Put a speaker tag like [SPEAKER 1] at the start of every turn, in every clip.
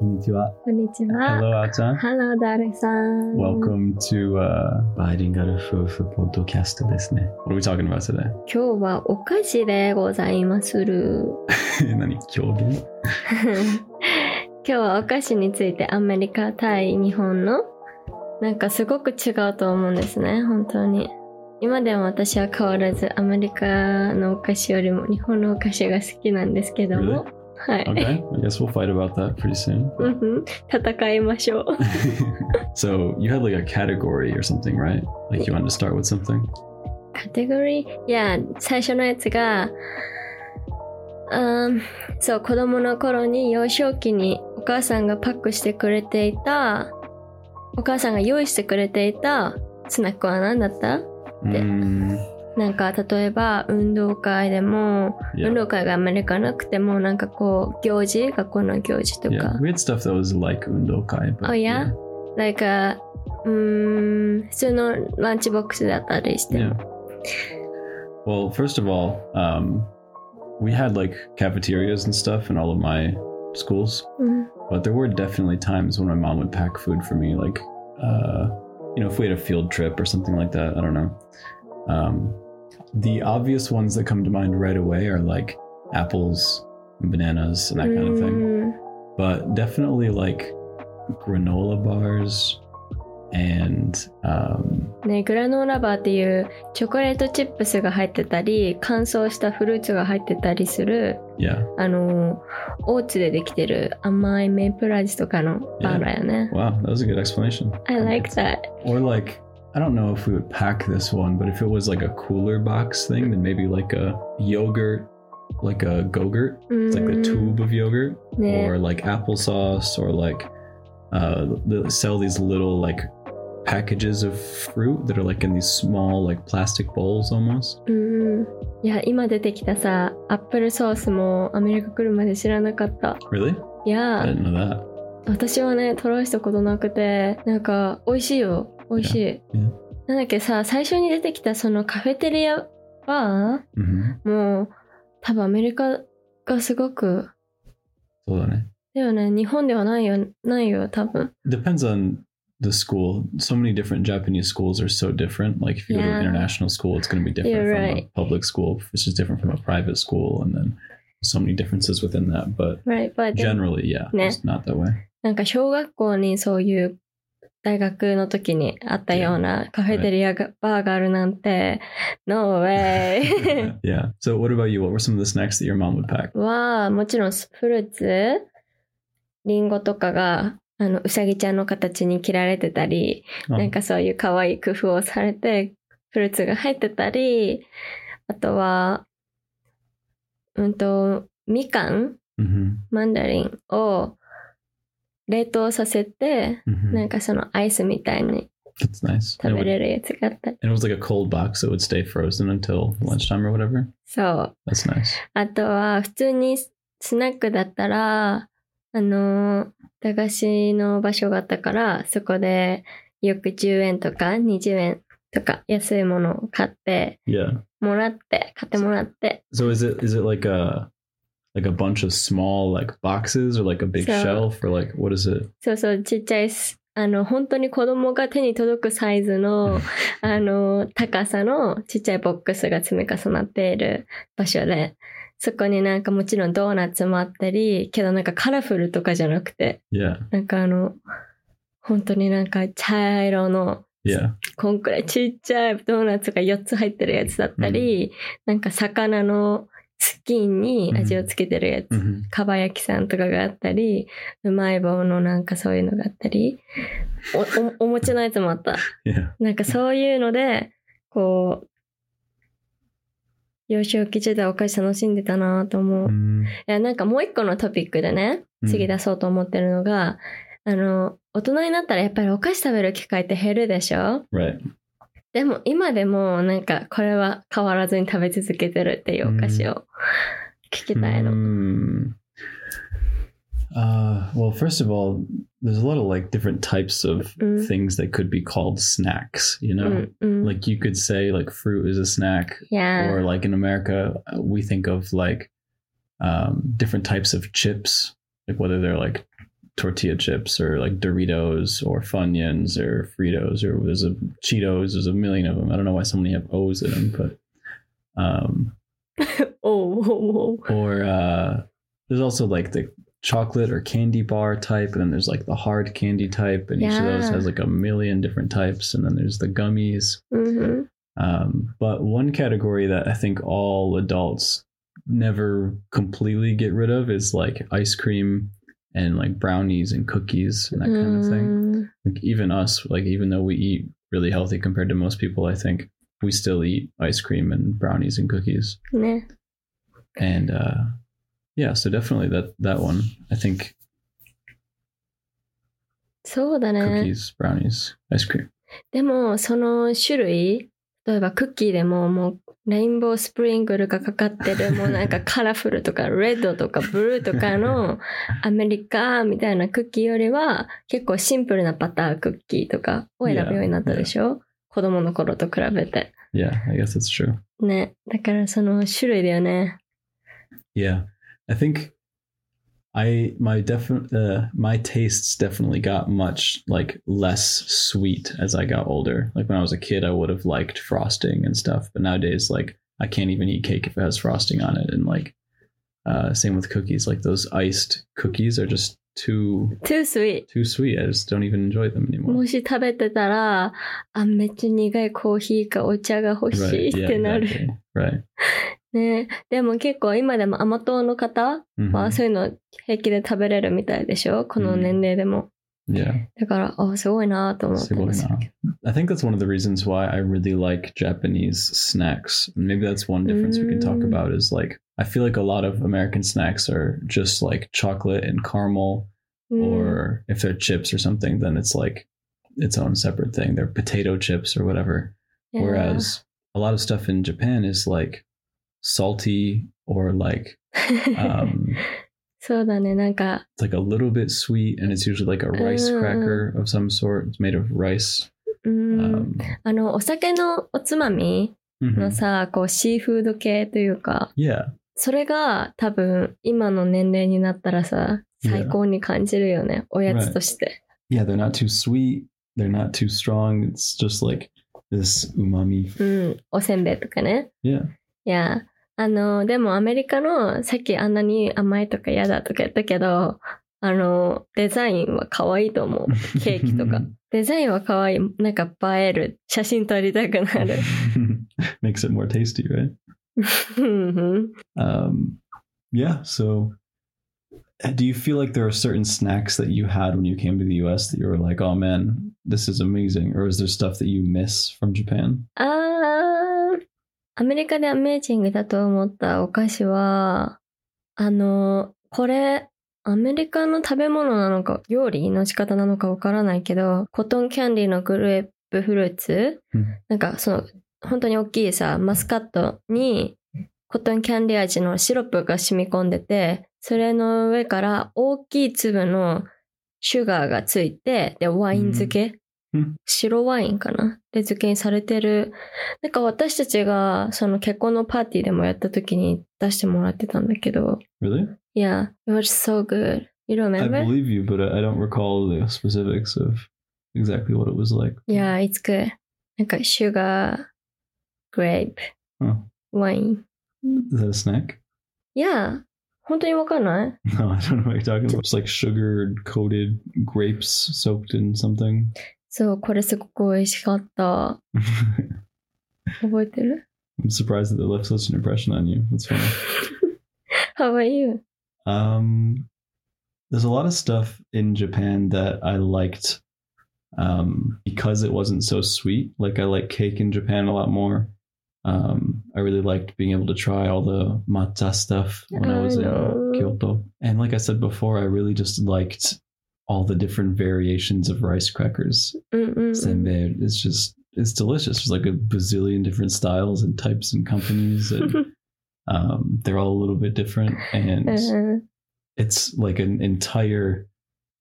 [SPEAKER 1] Konnichiwa.
[SPEAKER 2] Konnichiwa.
[SPEAKER 1] Hello, Achan.
[SPEAKER 2] Hello, Dare-san.
[SPEAKER 1] Welcome to uh, Bilingual Fufu Podcast. What are we talking about today?
[SPEAKER 2] 今日はお菓子でございまする。
[SPEAKER 1] 何狂言
[SPEAKER 2] 今日はお菓子についてアメリカ対日本のなんかすごく違うと思うんですね本当に今でも私は変わらずアメリカのお菓子よりも日本のお菓子が好きなんですけども、はい
[SPEAKER 1] Okay, I guess we'll fight about that pretty soon.
[SPEAKER 2] うんふん戦いましょう
[SPEAKER 1] so you had like a category or something, right? Like you wanted to start with something?
[SPEAKER 2] カテゴリーいや最初のやつがうーんそう子供の頃に幼少期にお母さんがパックしてくれていたお母さんが用意してくれていたスナックは何だった
[SPEAKER 1] Mm,
[SPEAKER 2] なんか例えば運動会でも、運
[SPEAKER 1] yeah.
[SPEAKER 2] 動会がアメリカなくてもなんかこう行事学校の行事と
[SPEAKER 1] yeah.
[SPEAKER 2] か、
[SPEAKER 1] We had stuff that was like Undokai. But
[SPEAKER 2] Oh, yeah? like うーん普通のランチボックスだったりして、
[SPEAKER 1] Yeah. Well, first of all, um, we had like cafeterias and stuff in all of my schools,
[SPEAKER 2] うん、
[SPEAKER 1] but there were definitely times when my mom would pack food for me, like, uh, you know, if we had a field trip or something like that. I don't know. Um, the obvious ones that come to mind right away are like apples, and bananas, and that kind of
[SPEAKER 2] う
[SPEAKER 1] thing
[SPEAKER 2] ん
[SPEAKER 1] but definitely like granola bars and um,
[SPEAKER 2] ね、グラノーラバーっていうチョコレートチップスが入ってたり乾燥したフルーツが入ってたりする
[SPEAKER 1] yeah
[SPEAKER 2] あのオーツでできてる甘いメイプル味とかのバーだよね。
[SPEAKER 1] wow that was a good explanation
[SPEAKER 2] I like that.
[SPEAKER 1] or like i don't know if we would pack this one but if it was like a cooler box thing then maybe like a yogurt like a gogurt
[SPEAKER 2] う
[SPEAKER 1] it's like the
[SPEAKER 2] ん
[SPEAKER 1] tube of yogurt
[SPEAKER 2] ね
[SPEAKER 1] or like applesauce or like uh they sell these little like packages of fruit that are like in these small like plastic bowls almost
[SPEAKER 2] うんいや今出てきたさアップルソースもアメリカ来るまで知らなかった。
[SPEAKER 1] really i
[SPEAKER 2] いや
[SPEAKER 1] didn't know that
[SPEAKER 2] 私はねトライしたことなくてなんか美味しいよ美味しい。
[SPEAKER 1] Yeah.
[SPEAKER 2] なんだっけさ最初に出てきたそのカフェテリアバー
[SPEAKER 1] hmm
[SPEAKER 2] もう多分アメリカがすごく
[SPEAKER 1] そうだね。
[SPEAKER 2] だよね日本ではないよないよ多分
[SPEAKER 1] Depends on the school. So many different Japanese schools are so different. Like if you go to
[SPEAKER 2] Yeah.
[SPEAKER 1] an international school, it's going to be different
[SPEAKER 2] You're
[SPEAKER 1] from a
[SPEAKER 2] right.
[SPEAKER 1] public school, which is different from a private school, and then so many differences within that. But
[SPEAKER 2] right but でも
[SPEAKER 1] generally, yeah,
[SPEAKER 2] Yeah.
[SPEAKER 1] it's not that way.
[SPEAKER 2] なんか小学校にそういう大学の時にあったようなカフェテリアが、バーがあるなんて No way
[SPEAKER 1] yeah. So what about you? What were some of the snacks that your mom would pack?
[SPEAKER 2] はもちろんフルーツリンゴとかがあのうさぎちゃんの形に切られてたり
[SPEAKER 1] Oh,
[SPEAKER 2] なんかそういう可愛い工夫をされてフルーツが入ってたりあとはうんとみかん
[SPEAKER 1] mhm,
[SPEAKER 2] マンダリンを冷凍させて
[SPEAKER 1] mhm.
[SPEAKER 2] なんかそのアイスみたいに
[SPEAKER 1] That's nice. And it,
[SPEAKER 2] 食べ
[SPEAKER 1] would-
[SPEAKER 2] れるやつがあったり
[SPEAKER 1] and it was like a cold box, so it would stay frozen until lunchtime or whatever.
[SPEAKER 2] そう
[SPEAKER 1] That's nice.
[SPEAKER 2] あとは普通にスナックだったらあの駄菓子の場所があったからそこでよく10円とか20円とか安いものを買って
[SPEAKER 1] Yeah.
[SPEAKER 2] もらって買ってもらって
[SPEAKER 1] So is it is it like a like a bunch of small like boxes or like a big
[SPEAKER 2] So-
[SPEAKER 1] shelf or like what is it?
[SPEAKER 2] そうそう、ちっちゃいす。あの、本当に子供が手に届くサイズの、あの、高さのちっちゃいボックスが積み重なっている場所で、そこになんかもちろんドーナツもあったり、けどなんかカラフルとかじゃなくて、
[SPEAKER 1] Yeah,
[SPEAKER 2] なんかあの、本当になんか茶色の
[SPEAKER 1] yeah,
[SPEAKER 2] こんくらいちっちゃいドーナツが4つ入ってるやつだったり、なんか魚のスキンに味をつけてるやつ
[SPEAKER 1] hmm
[SPEAKER 2] かば焼きさんとかがあったりうまい棒のなんかそういうのがあったりおおお餅のやつもあった
[SPEAKER 1] yeah,
[SPEAKER 2] なんかそういうのでこう幼少期時代お菓子楽しんでたなと思う、い
[SPEAKER 1] mm
[SPEAKER 2] やなんかもう一個のトピックでね
[SPEAKER 1] うん
[SPEAKER 2] 次出そうと思ってるのが、あの大人になったらやっぱりお菓子食べる機会って減るでしょ
[SPEAKER 1] right.
[SPEAKER 2] でも今でもなんかこれは変わらずに食べ続けてるっていうお菓子を聞きたいの、
[SPEAKER 1] Mm. Uh, well, first of all, there's a lot of like different types of
[SPEAKER 2] Mm.
[SPEAKER 1] things that could be called snacks. You
[SPEAKER 2] う
[SPEAKER 1] know,
[SPEAKER 2] んうん、
[SPEAKER 1] like you could say like fruit is a snack,
[SPEAKER 2] いや
[SPEAKER 1] or like in America, uh, we think of like um, different types of chips, like whether they're like tortilla chips or like Doritos or Funyuns or Fritos or there's a Cheetos. There's a million of them. I don't know why so many have O's in them, but um,
[SPEAKER 2] Oh, whoa, whoa.
[SPEAKER 1] or uh, there's also like the chocolate or candy bar type, and then there's like the hard candy type, and each of those
[SPEAKER 2] Yeah.
[SPEAKER 1] has like a million different types, and then there's the gummies.
[SPEAKER 2] hmm
[SPEAKER 1] Um, but one category that I think all adults never completely get rid of is like ice cream and like brownies and cookies and that kind of
[SPEAKER 2] Mm.
[SPEAKER 1] thing. Like even us, like even though we eat really healthy compared to most people, I think we still eat ice cream and brownies and cookies.
[SPEAKER 2] Mm,ね。
[SPEAKER 1] And uh yeah, so definitely that that one. I think
[SPEAKER 2] そうだね。
[SPEAKER 1] cookies, brownies, ice cream.
[SPEAKER 2] でもその種類例えばクッキーでももうレインボースプリングルがかかってるもうなんかカラフルとかレッドとかブルーとかのアメリカみたいなクッキーよりは結構シンプルなバタークッキーとかを選ぶようになったでしょ、子供の頃と比べて
[SPEAKER 1] Yeah, I guess that's true.
[SPEAKER 2] ねだからその種類だよね
[SPEAKER 1] Yeah, I think I my defi- uh, my tastes definitely got much like less sweet as I got older. Like when I was a kid, I would have liked frosting and stuff, but nowadays, like I can't even eat cake if it has frosting on it, and like uh, same with cookies. Like those iced cookies are just too
[SPEAKER 2] too sweet
[SPEAKER 1] too sweet. I just don't even enjoy them anymore.
[SPEAKER 2] もし食べてたらあめっちゃ苦いコーヒーかお茶が欲し
[SPEAKER 1] Right?
[SPEAKER 2] いっ
[SPEAKER 1] Yeah.
[SPEAKER 2] てなる、
[SPEAKER 1] Exactly. Right.
[SPEAKER 2] ねでも結構今でも甘党の方
[SPEAKER 1] Mhm.
[SPEAKER 2] まあ、そういうの平気で食べれるみたいでしょこの年齢でも、
[SPEAKER 1] Yeah.
[SPEAKER 2] だからあすごいなと思ってます
[SPEAKER 1] すごいな。I think that's one of the reasons why I really like Japanese snacks. Maybe that's one difference we can talk
[SPEAKER 2] Mm.
[SPEAKER 1] about is like I feel like a lot of American snacks are just like chocolate and caramel,
[SPEAKER 2] うん
[SPEAKER 1] or if they're chips or something, then it's like its own separate thing. They're potato chips or whatever.
[SPEAKER 2] いや
[SPEAKER 1] Whereas a lot of stuff in Japan is like salty or like um,
[SPEAKER 2] そうだねなんか
[SPEAKER 1] it's like a little bit sweet, and it's usually like a rice
[SPEAKER 2] Mm.
[SPEAKER 1] cracker of some sort. It's made of rice.
[SPEAKER 2] うん、
[SPEAKER 1] Um,
[SPEAKER 2] あのお酒のおつまみ
[SPEAKER 1] mhm.
[SPEAKER 2] のさ、こうシーフード系というか
[SPEAKER 1] Yeah.
[SPEAKER 2] それが多分今の年齢になったらさ
[SPEAKER 1] Yeah.
[SPEAKER 2] 最高に感じるよね、おやつとして、
[SPEAKER 1] yeah, they're not too sweet. They're not too strong. It's just like this umami.
[SPEAKER 2] うんおせんべいとかね
[SPEAKER 1] Yeah.
[SPEAKER 2] いやあのでもアメリカのさっきあんなに甘いとか嫌だとか言ったけどあのデザインは可愛いと思うケーキとか。 デザインは可愛い。なんか映える。写真撮りたくな る。
[SPEAKER 1] Makes it more tasty, right?
[SPEAKER 2] うん。
[SPEAKER 1] Um, yeah. So, uh, do you feel like there are certain snacks that you had when you came to the U.S. that you were like, "Oh man, this is amazing," or is there stuff that you miss from Japan?
[SPEAKER 2] あー、アメリカでアメージングだと思ったお菓子は、あの、これ、アメリカの食べ物なのか、料理の仕方なのかわからないけど、コトンキャンディーのグレープフルーツ、
[SPEAKER 1] うん
[SPEAKER 2] なんかその、本当に大きいさ、マスカットに、コトンキャンディー味のシロップが染み込んでて、それの上から大きい粒のシュガーがついて、で、ワイン漬け、
[SPEAKER 1] うんうん
[SPEAKER 2] 白ワインかなで、漬けにされてる。なんか私たちが、その結婚のパーティーでもやった時に出してもらってたんだけど、
[SPEAKER 1] Really?
[SPEAKER 2] Yeah, it was so good. You
[SPEAKER 1] I
[SPEAKER 2] remember?
[SPEAKER 1] believe you, but uh, I I don't recall the specifics of exactly what it was like.
[SPEAKER 2] Yeah, it's good. なんか、シュガー、グレープ、
[SPEAKER 1] Huh.
[SPEAKER 2] ワイン。
[SPEAKER 1] Is that a snack?
[SPEAKER 2] Yeah, 本当にわかんない
[SPEAKER 1] No, I don't know what you're talking about. It's like sugar coated grapes soaked in something.
[SPEAKER 2] そう、これすごく美味しかった。
[SPEAKER 1] I'm
[SPEAKER 2] 覚えてる
[SPEAKER 1] surprised that they left such an impression on you. That's funny.
[SPEAKER 2] ?How are you?
[SPEAKER 1] Um, there's a lot of stuff in Japan that I liked um, because it wasn't so sweet. Like I like cake in Japan a lot more. Um, I really liked being able to try all the matcha stuff when I
[SPEAKER 2] I
[SPEAKER 1] was
[SPEAKER 2] know.
[SPEAKER 1] in Kyoto. And like I said before, I really just liked all the different variations of rice crackers.
[SPEAKER 2] うんうん、うん。
[SPEAKER 1] Senbei. It's just it's delicious. There's like a bazillion different styles and types and companies, and um, they're all a little bit different. And
[SPEAKER 2] うん
[SPEAKER 1] it's like an entire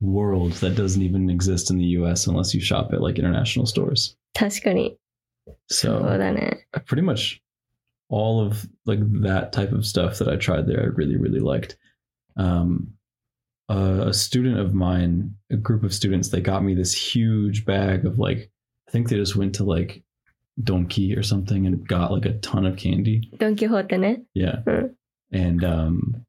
[SPEAKER 1] world that doesn't even exist in the U.S. unless you shop at like international stores.
[SPEAKER 2] 確かに。そう
[SPEAKER 1] So
[SPEAKER 2] だね。
[SPEAKER 1] pretty much all of like that type of stuff that I tried there, I really really liked. Um, a, a student of mine, a group of students, they got me this huge bag of like, I think they just went to like Donkey or something and got like a ton of candy.
[SPEAKER 2] ドン・キホーテね
[SPEAKER 1] Yeah.
[SPEAKER 2] Mm.
[SPEAKER 1] And um,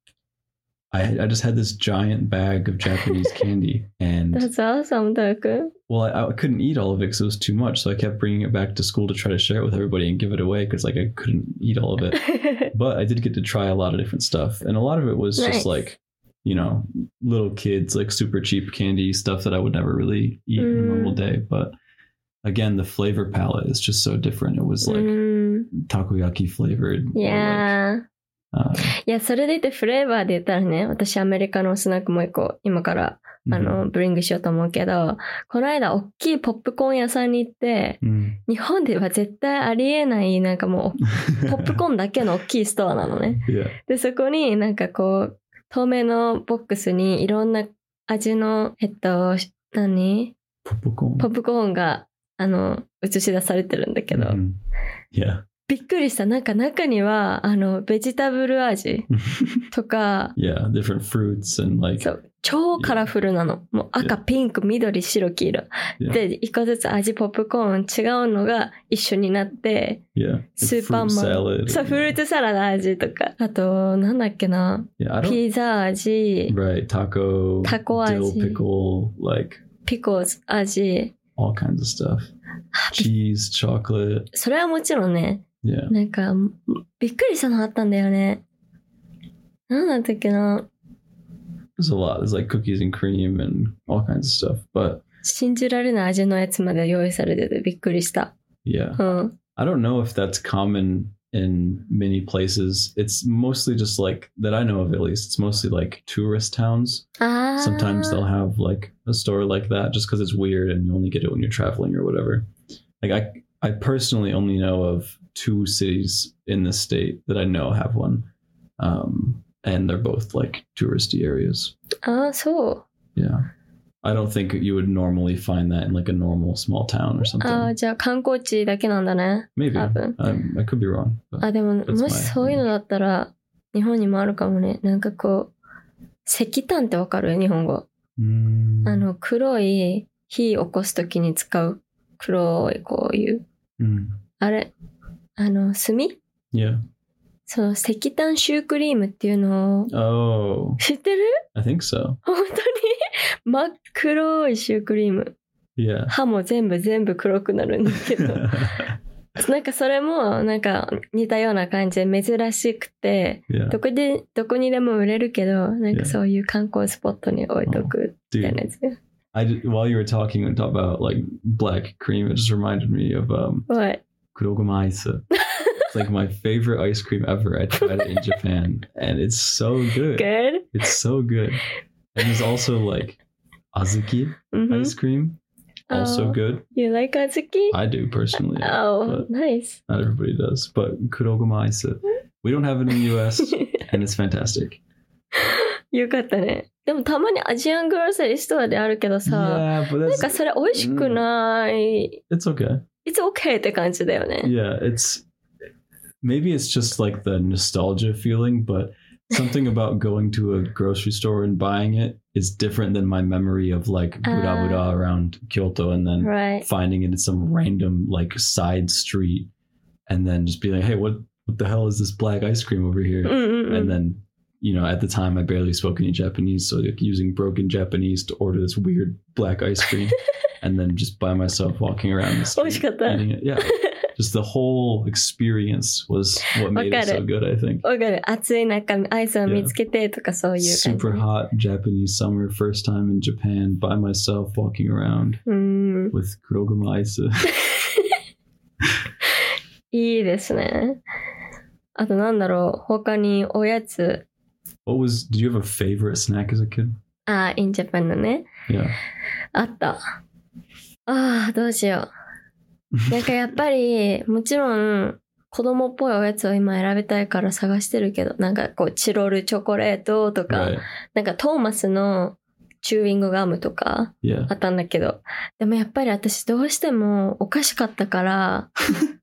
[SPEAKER 1] I, I just had this giant bag of Japanese candy. And
[SPEAKER 2] That's awesome トーク
[SPEAKER 1] well, I, I couldn't eat all of it because it was too much. So I kept bringing it back to school to try to share it with everybody and give it away because like I couldn't eat all of it. but I did get to try a lot of different stuff, and a lot of it was
[SPEAKER 2] Nice.
[SPEAKER 1] just like, you know, little kids like super cheap candy stuff that I would never really eat in a
[SPEAKER 2] Mm.
[SPEAKER 1] normal day. But again, the flavor palette is just so different. It was
[SPEAKER 2] う
[SPEAKER 1] like
[SPEAKER 2] ん
[SPEAKER 1] takoyaki flavored.
[SPEAKER 2] いや
[SPEAKER 1] or
[SPEAKER 2] ー
[SPEAKER 1] like, uh,
[SPEAKER 2] いやそれでいてフレーバーで言ったらね私アメリカのスナックもう一個今からあ
[SPEAKER 1] mhm.
[SPEAKER 2] のブリングしようと思うけどこの間大きいポップコーン屋さんに行って
[SPEAKER 1] Mm.
[SPEAKER 2] 日本では絶対ありえないなんかも うポップコーンだけの大きいストアなのね
[SPEAKER 1] mm-hmm. yeah.
[SPEAKER 2] でそこになんかこう透明のボックスにいろんな味のえっと何
[SPEAKER 1] Popcorn.
[SPEAKER 2] ポップコーンがあの映し出されてるんだけど、
[SPEAKER 1] Mhm. Yeah.
[SPEAKER 2] びっくりしたなんか中にはあのベジタブル味とか
[SPEAKER 1] yeah. Different fruits and like
[SPEAKER 2] そう超カラフルなの。もう赤、ピンク、緑、白、黄色。
[SPEAKER 1] Yeah.
[SPEAKER 2] で、一個ずつ味ポップコーン違うのが一緒になって、
[SPEAKER 1] yeah. Like
[SPEAKER 2] スーパ
[SPEAKER 1] fruit
[SPEAKER 2] ーマ
[SPEAKER 1] salad.
[SPEAKER 2] ン。そう、フルー
[SPEAKER 1] and-
[SPEAKER 2] ツサラダ味とか。あと、なんだっけな。
[SPEAKER 1] Yeah. I don't.
[SPEAKER 2] ピザ味、
[SPEAKER 1] Right. Taco.
[SPEAKER 2] Taco
[SPEAKER 1] Dill
[SPEAKER 2] aji.
[SPEAKER 1] pickle. Like.
[SPEAKER 2] ピコーズ味。
[SPEAKER 1] all kinds of stuff cheese chocolate
[SPEAKER 2] それはもちろんね、
[SPEAKER 1] yeah
[SPEAKER 2] なんか、びっくりしたのあったんだよね。なんだったっけな。
[SPEAKER 1] there's a lot there's like cookies and cream and all kinds of stuff but
[SPEAKER 2] 信じられない味のやつまで用意されててびっくりした。
[SPEAKER 1] yeah
[SPEAKER 2] うん。
[SPEAKER 1] i don't know if that's common in many places it's mostly just like that i know of at least it's mostly like tourist towns
[SPEAKER 2] ああ。
[SPEAKER 1] sometimes they'll have like a store like that just because it's weird and you only get it when you're traveling or whatever like i i personally only know of two cities in this state that i know have one um and they're both like touristy areas
[SPEAKER 2] ああ、そう。
[SPEAKER 1] Yeah. I don't think you would normally find that in like a normal small town or something.
[SPEAKER 2] ああ、じゃあ観光地だけなんだね。
[SPEAKER 1] Maybe.
[SPEAKER 2] Uh, haven't.
[SPEAKER 1] Um, I could be wrong. But
[SPEAKER 2] あ、でも、
[SPEAKER 1] That's
[SPEAKER 2] も
[SPEAKER 1] my
[SPEAKER 2] しそういうのだったら、日本にもあるかもね。なんかこう、石炭ってわかる日本語。
[SPEAKER 1] Mm,
[SPEAKER 2] あの、黒い火起こすときに使う黒いこういう、
[SPEAKER 1] mm.
[SPEAKER 2] あれ、あの、炭
[SPEAKER 1] Yeah.
[SPEAKER 2] その石炭シュークリームっていうのを、
[SPEAKER 1] Oh,
[SPEAKER 2] 知ってる
[SPEAKER 1] I think so.
[SPEAKER 2] 本当に真っ黒いシュークリーム。
[SPEAKER 1] Yeah.
[SPEAKER 2] 歯も全部全部黒くなるんだけど。
[SPEAKER 1] yeah.
[SPEAKER 2] なんかそれも、なんか似たような感じで珍しくて、どこで、どこにでも売れるけど、なん
[SPEAKER 1] Yeah.
[SPEAKER 2] かそういう観光スポットに置いとくみたいな
[SPEAKER 1] Dude,
[SPEAKER 2] やつ。す
[SPEAKER 1] I did, while you were talking and talk about like black cream, it just reminded me of um
[SPEAKER 2] ごい。
[SPEAKER 1] kuroguma ice. it's like my favorite ice cream ever. I tried it in Japan, and it's so good.
[SPEAKER 2] Good?
[SPEAKER 1] It's so good. And there's also like azuki
[SPEAKER 2] うんふん
[SPEAKER 1] ice cream, also
[SPEAKER 2] Mm-hmm. Oh.
[SPEAKER 1] good.
[SPEAKER 2] You like 小豆
[SPEAKER 1] I do personally.
[SPEAKER 2] Oh, nice.
[SPEAKER 1] Not everybody does, but kuroguma ice.
[SPEAKER 2] Hmm?
[SPEAKER 1] We don't have it in the U.S. and it's fantastic.
[SPEAKER 2] よかったね。でもたまにアジアングロッサリーストアであるけどさ、
[SPEAKER 1] yeah, but
[SPEAKER 2] なん
[SPEAKER 1] that's
[SPEAKER 2] かそれ美味しくない。
[SPEAKER 1] it's okay.
[SPEAKER 2] It's okay って感じだよね。
[SPEAKER 1] Yeah, it's maybe it's just like the nostalgia feeling, but something about going to a grocery store and buying it is different than my memory of like
[SPEAKER 2] Ah.
[SPEAKER 1] buda buda around Kyoto and then
[SPEAKER 2] Right.
[SPEAKER 1] finding it in some random like side street and then just being like, hey, what what the hell is this black ice cream over here?
[SPEAKER 2] うんうんう
[SPEAKER 1] and
[SPEAKER 2] ん。
[SPEAKER 1] then you know at the time i barely spoke any japanese so like using broken japanese to order this weird black ice cream and then just by myself walking around the street
[SPEAKER 2] 美味しかった。
[SPEAKER 1] eating it. yeah just the whole experience was what made it so
[SPEAKER 2] わかる。
[SPEAKER 1] good i think
[SPEAKER 2] わかる。暑い中、アイスを見つけてとかそういう感じ
[SPEAKER 1] super。hot japanese summer first time in japan by myself walking around
[SPEAKER 2] うん。
[SPEAKER 1] with kuroguma ice
[SPEAKER 2] いいですね。あとなんだろう、他におやつ、
[SPEAKER 1] what was did you have a favorite snack as a kid
[SPEAKER 2] あ、インジャパンのね、
[SPEAKER 1] yeah
[SPEAKER 2] あった。ああ、どうしよう。なんかやっぱり、もちろん、子供っぽいおやつを今選びたいから探してるけど、なんかこう、チロルチョコレートとか、
[SPEAKER 1] right
[SPEAKER 2] なんかトーマスのチューイングガムとか、
[SPEAKER 1] yeah
[SPEAKER 2] あったんだけど、でもやっぱり私どうしてもおかしかったから、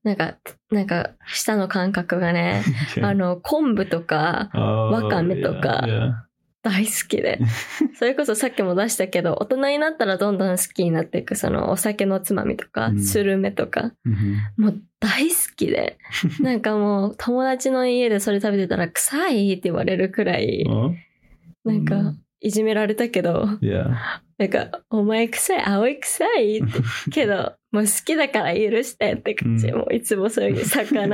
[SPEAKER 2] なんか、なんか、舌の感覚がね、
[SPEAKER 1] Okay.
[SPEAKER 2] あの、昆布とか、
[SPEAKER 1] oh,
[SPEAKER 2] わかめとか。
[SPEAKER 1] yeah, yeah.
[SPEAKER 2] 大好き でそれこそさっきも出したけど大人になったらどんどん好きになっていくそのお酒のつまみとか、
[SPEAKER 1] うん
[SPEAKER 2] スルメとか
[SPEAKER 1] うん
[SPEAKER 2] もう大好 きでなんかもう友達の家でそれ食べてたら臭いって言われるくらい
[SPEAKER 1] うん
[SPEAKER 2] なん
[SPEAKER 1] う
[SPEAKER 2] か
[SPEAKER 1] ん
[SPEAKER 2] いじめられたけど
[SPEAKER 1] yeah.
[SPEAKER 2] なんか「お前臭い青い臭い」って けどもう好きだから許してって感じ、
[SPEAKER 1] うん
[SPEAKER 2] もういつもそういう 魚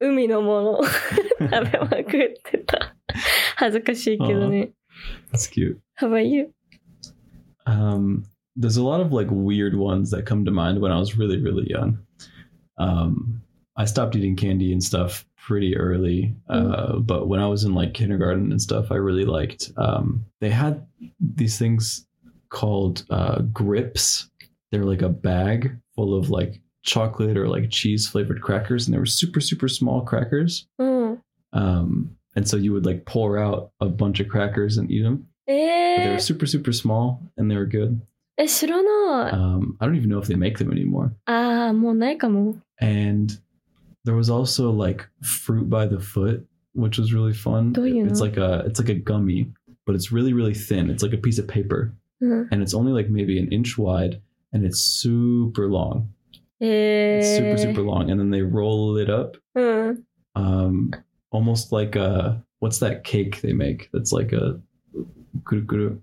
[SPEAKER 2] 海のものを 食べまくってた恥ずかしいけどね
[SPEAKER 1] That's cute.
[SPEAKER 2] How about you?
[SPEAKER 1] um, there's a lot of like weird ones that come to mind when I was really, really young. Um, I stopped eating candy and stuff pretty early, uh, but when I was in like kindergarten and stuff, I really liked. Um, they had these things called uh, grips. They're like a bag full of like chocolate or like cheese flavored crackers, and they were super, super small crackers.
[SPEAKER 2] うん。
[SPEAKER 1] Um, and so you would like pour out a bunch of crackers and eat them. But they
[SPEAKER 2] え
[SPEAKER 1] were
[SPEAKER 2] ー、
[SPEAKER 1] super, super small and they were good.
[SPEAKER 2] え、知らない。
[SPEAKER 1] Um, I don't even know if they make them anymore.
[SPEAKER 2] ああ、もうないかも。
[SPEAKER 1] And there was also like fruit by the foot, which was really fun.
[SPEAKER 2] Do you
[SPEAKER 1] It's
[SPEAKER 2] know?
[SPEAKER 1] like a it's like a gummy, but it's really really thin. It's like a piece of paper,
[SPEAKER 2] うん。
[SPEAKER 1] and it's only like maybe an inch wide, and it's super long.
[SPEAKER 2] え
[SPEAKER 1] It's
[SPEAKER 2] ー、
[SPEAKER 1] super super long, and then they roll it up,
[SPEAKER 2] うん。
[SPEAKER 1] um, almost like a what's that cake they make? That's like a kuru kuru.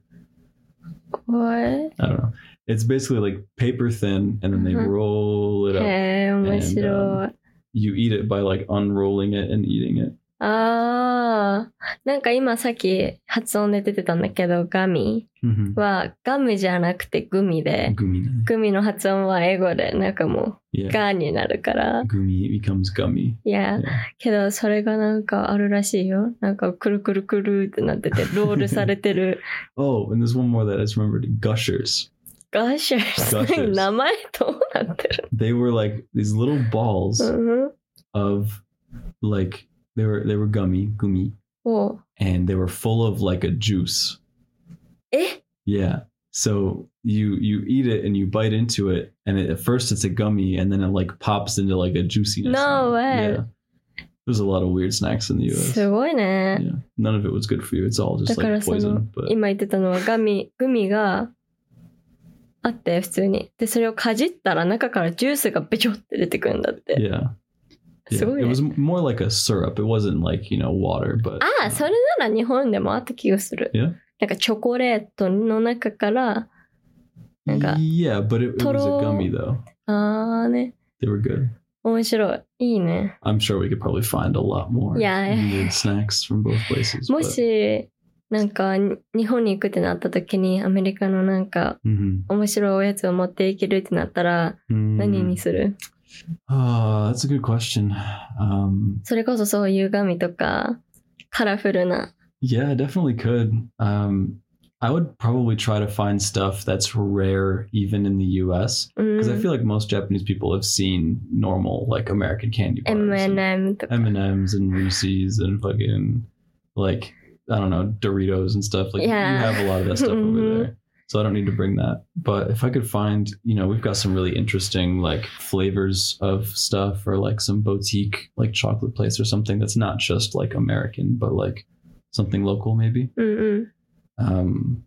[SPEAKER 2] 怖い。
[SPEAKER 1] I don't know. It's basically like paper thin, and then they
[SPEAKER 2] Mhm.
[SPEAKER 1] roll it up.
[SPEAKER 2] へえー、面白い。
[SPEAKER 1] you eat it by like unrolling it and eating it.
[SPEAKER 2] ああ、なんか今さっき発音で出てたんだけど、ガミ
[SPEAKER 1] Mm-hmm.
[SPEAKER 2] はガムじゃなくてグミで、
[SPEAKER 1] Gumi.
[SPEAKER 2] グミの発音は英語でなんかも
[SPEAKER 1] Yeah.
[SPEAKER 2] うガーになるから。
[SPEAKER 1] Gumi becomes gummy.
[SPEAKER 2] いや、けどそれがなんかあるらしいよ。なんかくるくるくるってなって て、ロールされてる。
[SPEAKER 1] Oh, and there's one more that I just remembered. Gushers.
[SPEAKER 2] ガッシャー
[SPEAKER 1] Gushers
[SPEAKER 2] ズ名前どうなってる
[SPEAKER 1] They were like these little balls
[SPEAKER 2] の
[SPEAKER 1] of like they were they were gummy, gumi,
[SPEAKER 2] おう
[SPEAKER 1] and they were full of like a juice.
[SPEAKER 2] え
[SPEAKER 1] Yeah. So you you eat it and you bite into it, and it, at first it's a gummy, and then it like pops into like a juiciness.
[SPEAKER 2] No way.
[SPEAKER 1] Yeah. There's a lot of weird snacks in the U.S.
[SPEAKER 2] すごいね。
[SPEAKER 1] Yeah, none of it was good for you. It's all just like
[SPEAKER 2] だからその、
[SPEAKER 1] poison. But
[SPEAKER 2] 今言ってたのはガミ、グミがあって普通に。で、それをかじったら中からジュースがべちょって出てくるんだって。
[SPEAKER 1] yeah, yeah.
[SPEAKER 2] すごい
[SPEAKER 1] it
[SPEAKER 2] ね
[SPEAKER 1] was。more like a syrup. It wasn't like you know water, but
[SPEAKER 2] ああ、それなら日本でもあった気がする
[SPEAKER 1] Yeah。
[SPEAKER 2] なんかチョコレートの中から、なんか、
[SPEAKER 1] yeah, but it, it was a
[SPEAKER 2] とろー。
[SPEAKER 1] gummy though.
[SPEAKER 2] ああね、
[SPEAKER 1] They were good.
[SPEAKER 2] 面白い。いいね。
[SPEAKER 1] I'm sure we could probably find a lot more
[SPEAKER 2] Yeah.
[SPEAKER 1] weird snacks from both places.
[SPEAKER 2] も
[SPEAKER 1] but-
[SPEAKER 2] し、なんかに日本に行くってなった時にアメリカのなんか
[SPEAKER 1] Mhm.
[SPEAKER 2] 面白いおやつを持っていけるってなったら
[SPEAKER 1] Mm.
[SPEAKER 2] 何にする、
[SPEAKER 1] Ah, that's a good question. Um,
[SPEAKER 2] それこそそういうガミとかカラフルな
[SPEAKER 1] yeah, I definitely could. Um, I would probably try to find stuff that's rare even in the U.S.
[SPEAKER 2] う
[SPEAKER 1] because I
[SPEAKER 2] ん
[SPEAKER 1] feel like most Japanese people have seen normal like American candy bars, and
[SPEAKER 2] M&M とか
[SPEAKER 1] M&Ms and Reese's and fucking like I don't know Doritos and stuff. Like
[SPEAKER 2] Yeah.
[SPEAKER 1] you have a lot of that stuff
[SPEAKER 2] Mhm.
[SPEAKER 1] over there, so I don't need to bring that. But if I could find, you know, we've got some really interesting like flavors of stuff, or like some boutique like chocolate place or something that's not just like American, but like something local maybe
[SPEAKER 2] うんう
[SPEAKER 1] um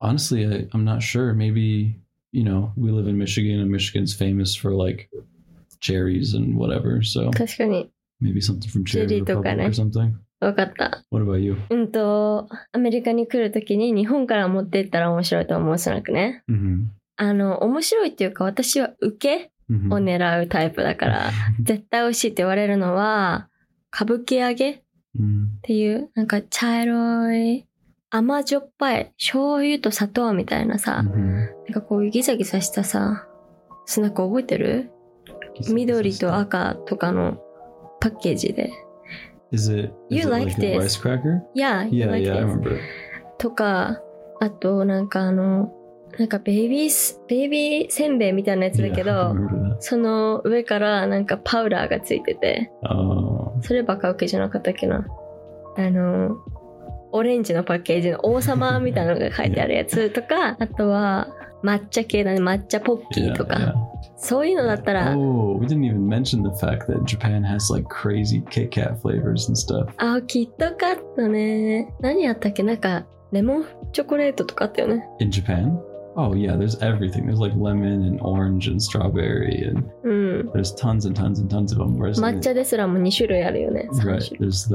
[SPEAKER 1] honestly I, i'm not sure maybe you know we live in michigan and michigan's famous for like cherries and whatever so
[SPEAKER 2] ん確かに
[SPEAKER 1] maybe something from cherry Republic
[SPEAKER 2] Cherry とかね。
[SPEAKER 1] or something
[SPEAKER 2] 分かった
[SPEAKER 1] what about you
[SPEAKER 2] うんとアメリカに来る時に日本から持って行ったら面白いと思うそらくね
[SPEAKER 1] mm-hmm.
[SPEAKER 2] あの面白いっていうか私は受け
[SPEAKER 1] Mm-hmm.
[SPEAKER 2] を狙うタイプだから絶対美味しいって言われるのは歌舞伎揚げっ
[SPEAKER 1] mm.
[SPEAKER 2] ていうなんか茶色い甘じょっぱい醤油と砂糖みたいなさ、
[SPEAKER 1] Mhm.
[SPEAKER 2] なんかこういうギザギザしたさ、スナック覚えてる緑と赤とかのパッケージで。
[SPEAKER 1] is it
[SPEAKER 2] You
[SPEAKER 1] is it
[SPEAKER 2] like
[SPEAKER 1] like a
[SPEAKER 2] this.
[SPEAKER 1] rice cracker
[SPEAKER 2] いや、
[SPEAKER 1] yeah
[SPEAKER 2] like
[SPEAKER 1] yeah i
[SPEAKER 2] this
[SPEAKER 1] remember it
[SPEAKER 2] とか、あとなんかあの、なんかベイビース、ベイビーせんべいみたいなやつ
[SPEAKER 1] yeah,
[SPEAKER 2] だけ
[SPEAKER 1] I
[SPEAKER 2] ど、
[SPEAKER 1] remember
[SPEAKER 2] その上からなんかパウダーがついてて、
[SPEAKER 1] that oh
[SPEAKER 2] それバカウケじゃなかったっけな。あの、オレンジのパッケージの王様みたいなのが書いてあるやつと か、あとは抹茶系だね、抹茶ポッキ
[SPEAKER 1] yeah,
[SPEAKER 2] ーとか、
[SPEAKER 1] yeah.
[SPEAKER 2] そういうのだったら、
[SPEAKER 1] oh we didn't even mention the fact that japan has like crazy kit kat flavors and stuff
[SPEAKER 2] あ、キットカットね。何やったっけなんか、レモンチョコレートとかあったよね
[SPEAKER 1] In Japan? Oh, yeah, there's everything. There's like lemon and orange and strawberry, and
[SPEAKER 2] うん。
[SPEAKER 1] there's tons and tons and tons of them. Whereas in
[SPEAKER 2] 抹
[SPEAKER 1] the-
[SPEAKER 2] 茶ですらも2種類あるよね。3
[SPEAKER 1] right,
[SPEAKER 2] 種類。
[SPEAKER 1] there's the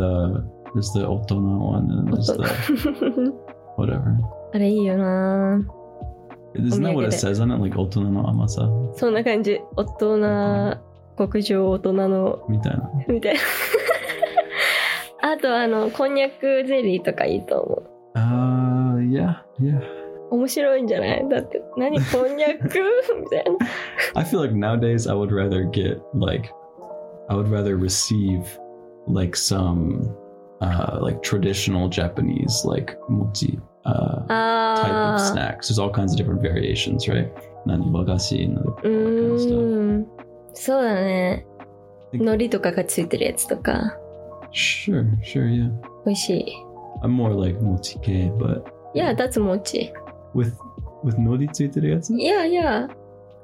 [SPEAKER 1] there's the Otona one, and there's the
[SPEAKER 2] 大人
[SPEAKER 1] whatever.
[SPEAKER 2] あれいいよな
[SPEAKER 1] Isn't that what it
[SPEAKER 2] Omiyage-de.
[SPEAKER 1] says on it? Like Otona no amasa?
[SPEAKER 2] そんな感じ。大人、極上大人の、
[SPEAKER 1] mitaina.
[SPEAKER 2] みたい な。あと、あの、こんにゃくゼリーとかいいと思う。
[SPEAKER 1] Uh, yeah, yeah.
[SPEAKER 2] 面白いんじゃないだって、何こんにゃく みたいな。
[SPEAKER 1] I feel like nowadays I would rather get like I would rather receive like some uh like traditional Japanese like mochi uh type
[SPEAKER 2] あ
[SPEAKER 1] of
[SPEAKER 2] あ
[SPEAKER 1] snacks. There's all kinds of different variations, right? Nanibagashi and all that
[SPEAKER 2] う
[SPEAKER 1] kind of stuff.
[SPEAKER 2] ーん。そうだね。海苔とかがついてるやつとか、
[SPEAKER 1] Sure, sure, yeah.
[SPEAKER 2] 美味しい。
[SPEAKER 1] I'm more like mochi ke, but
[SPEAKER 2] いや、脱餅。
[SPEAKER 1] with with nori tsuiteru yatsu?
[SPEAKER 2] いやいや、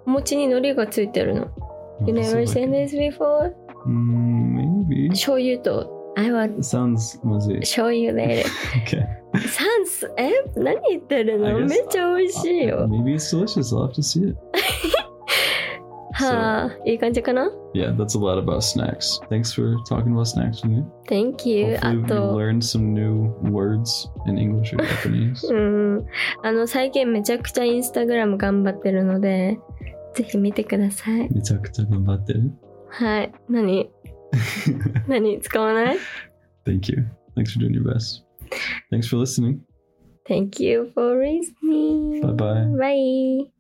[SPEAKER 2] お餅に海苔がついてるの。You never seen this before?
[SPEAKER 1] Mm, maybe.
[SPEAKER 2] 醤油と、I was
[SPEAKER 1] Sounds mazu.
[SPEAKER 2] 醤油で。
[SPEAKER 1] Okay.
[SPEAKER 2] サンス、え何言ってるの
[SPEAKER 1] I guess-
[SPEAKER 2] めっちゃ美味しい
[SPEAKER 1] Uh,
[SPEAKER 2] よ。
[SPEAKER 1] maybe it's delicious. I'll have to see it.
[SPEAKER 2] はあ、いい感じかな
[SPEAKER 1] Yeah, that's a lot about snacks. Thanks for talking about snacks with me.
[SPEAKER 2] ?Thank you. あ
[SPEAKER 1] Hopefully, we
[SPEAKER 2] と、
[SPEAKER 1] learned some new words in English or Japanese.
[SPEAKER 2] うん。あの、最近めちゃくちゃインスタグラム頑張ってるので、ぜひ見てください。
[SPEAKER 1] めちゃくちゃ頑張ってる。
[SPEAKER 2] はい。何何使わない
[SPEAKER 1] Thank you. Thanks for doing your best. Thanks for listening.
[SPEAKER 2] Thank you for listening.
[SPEAKER 1] Bye bye.
[SPEAKER 2] Bye.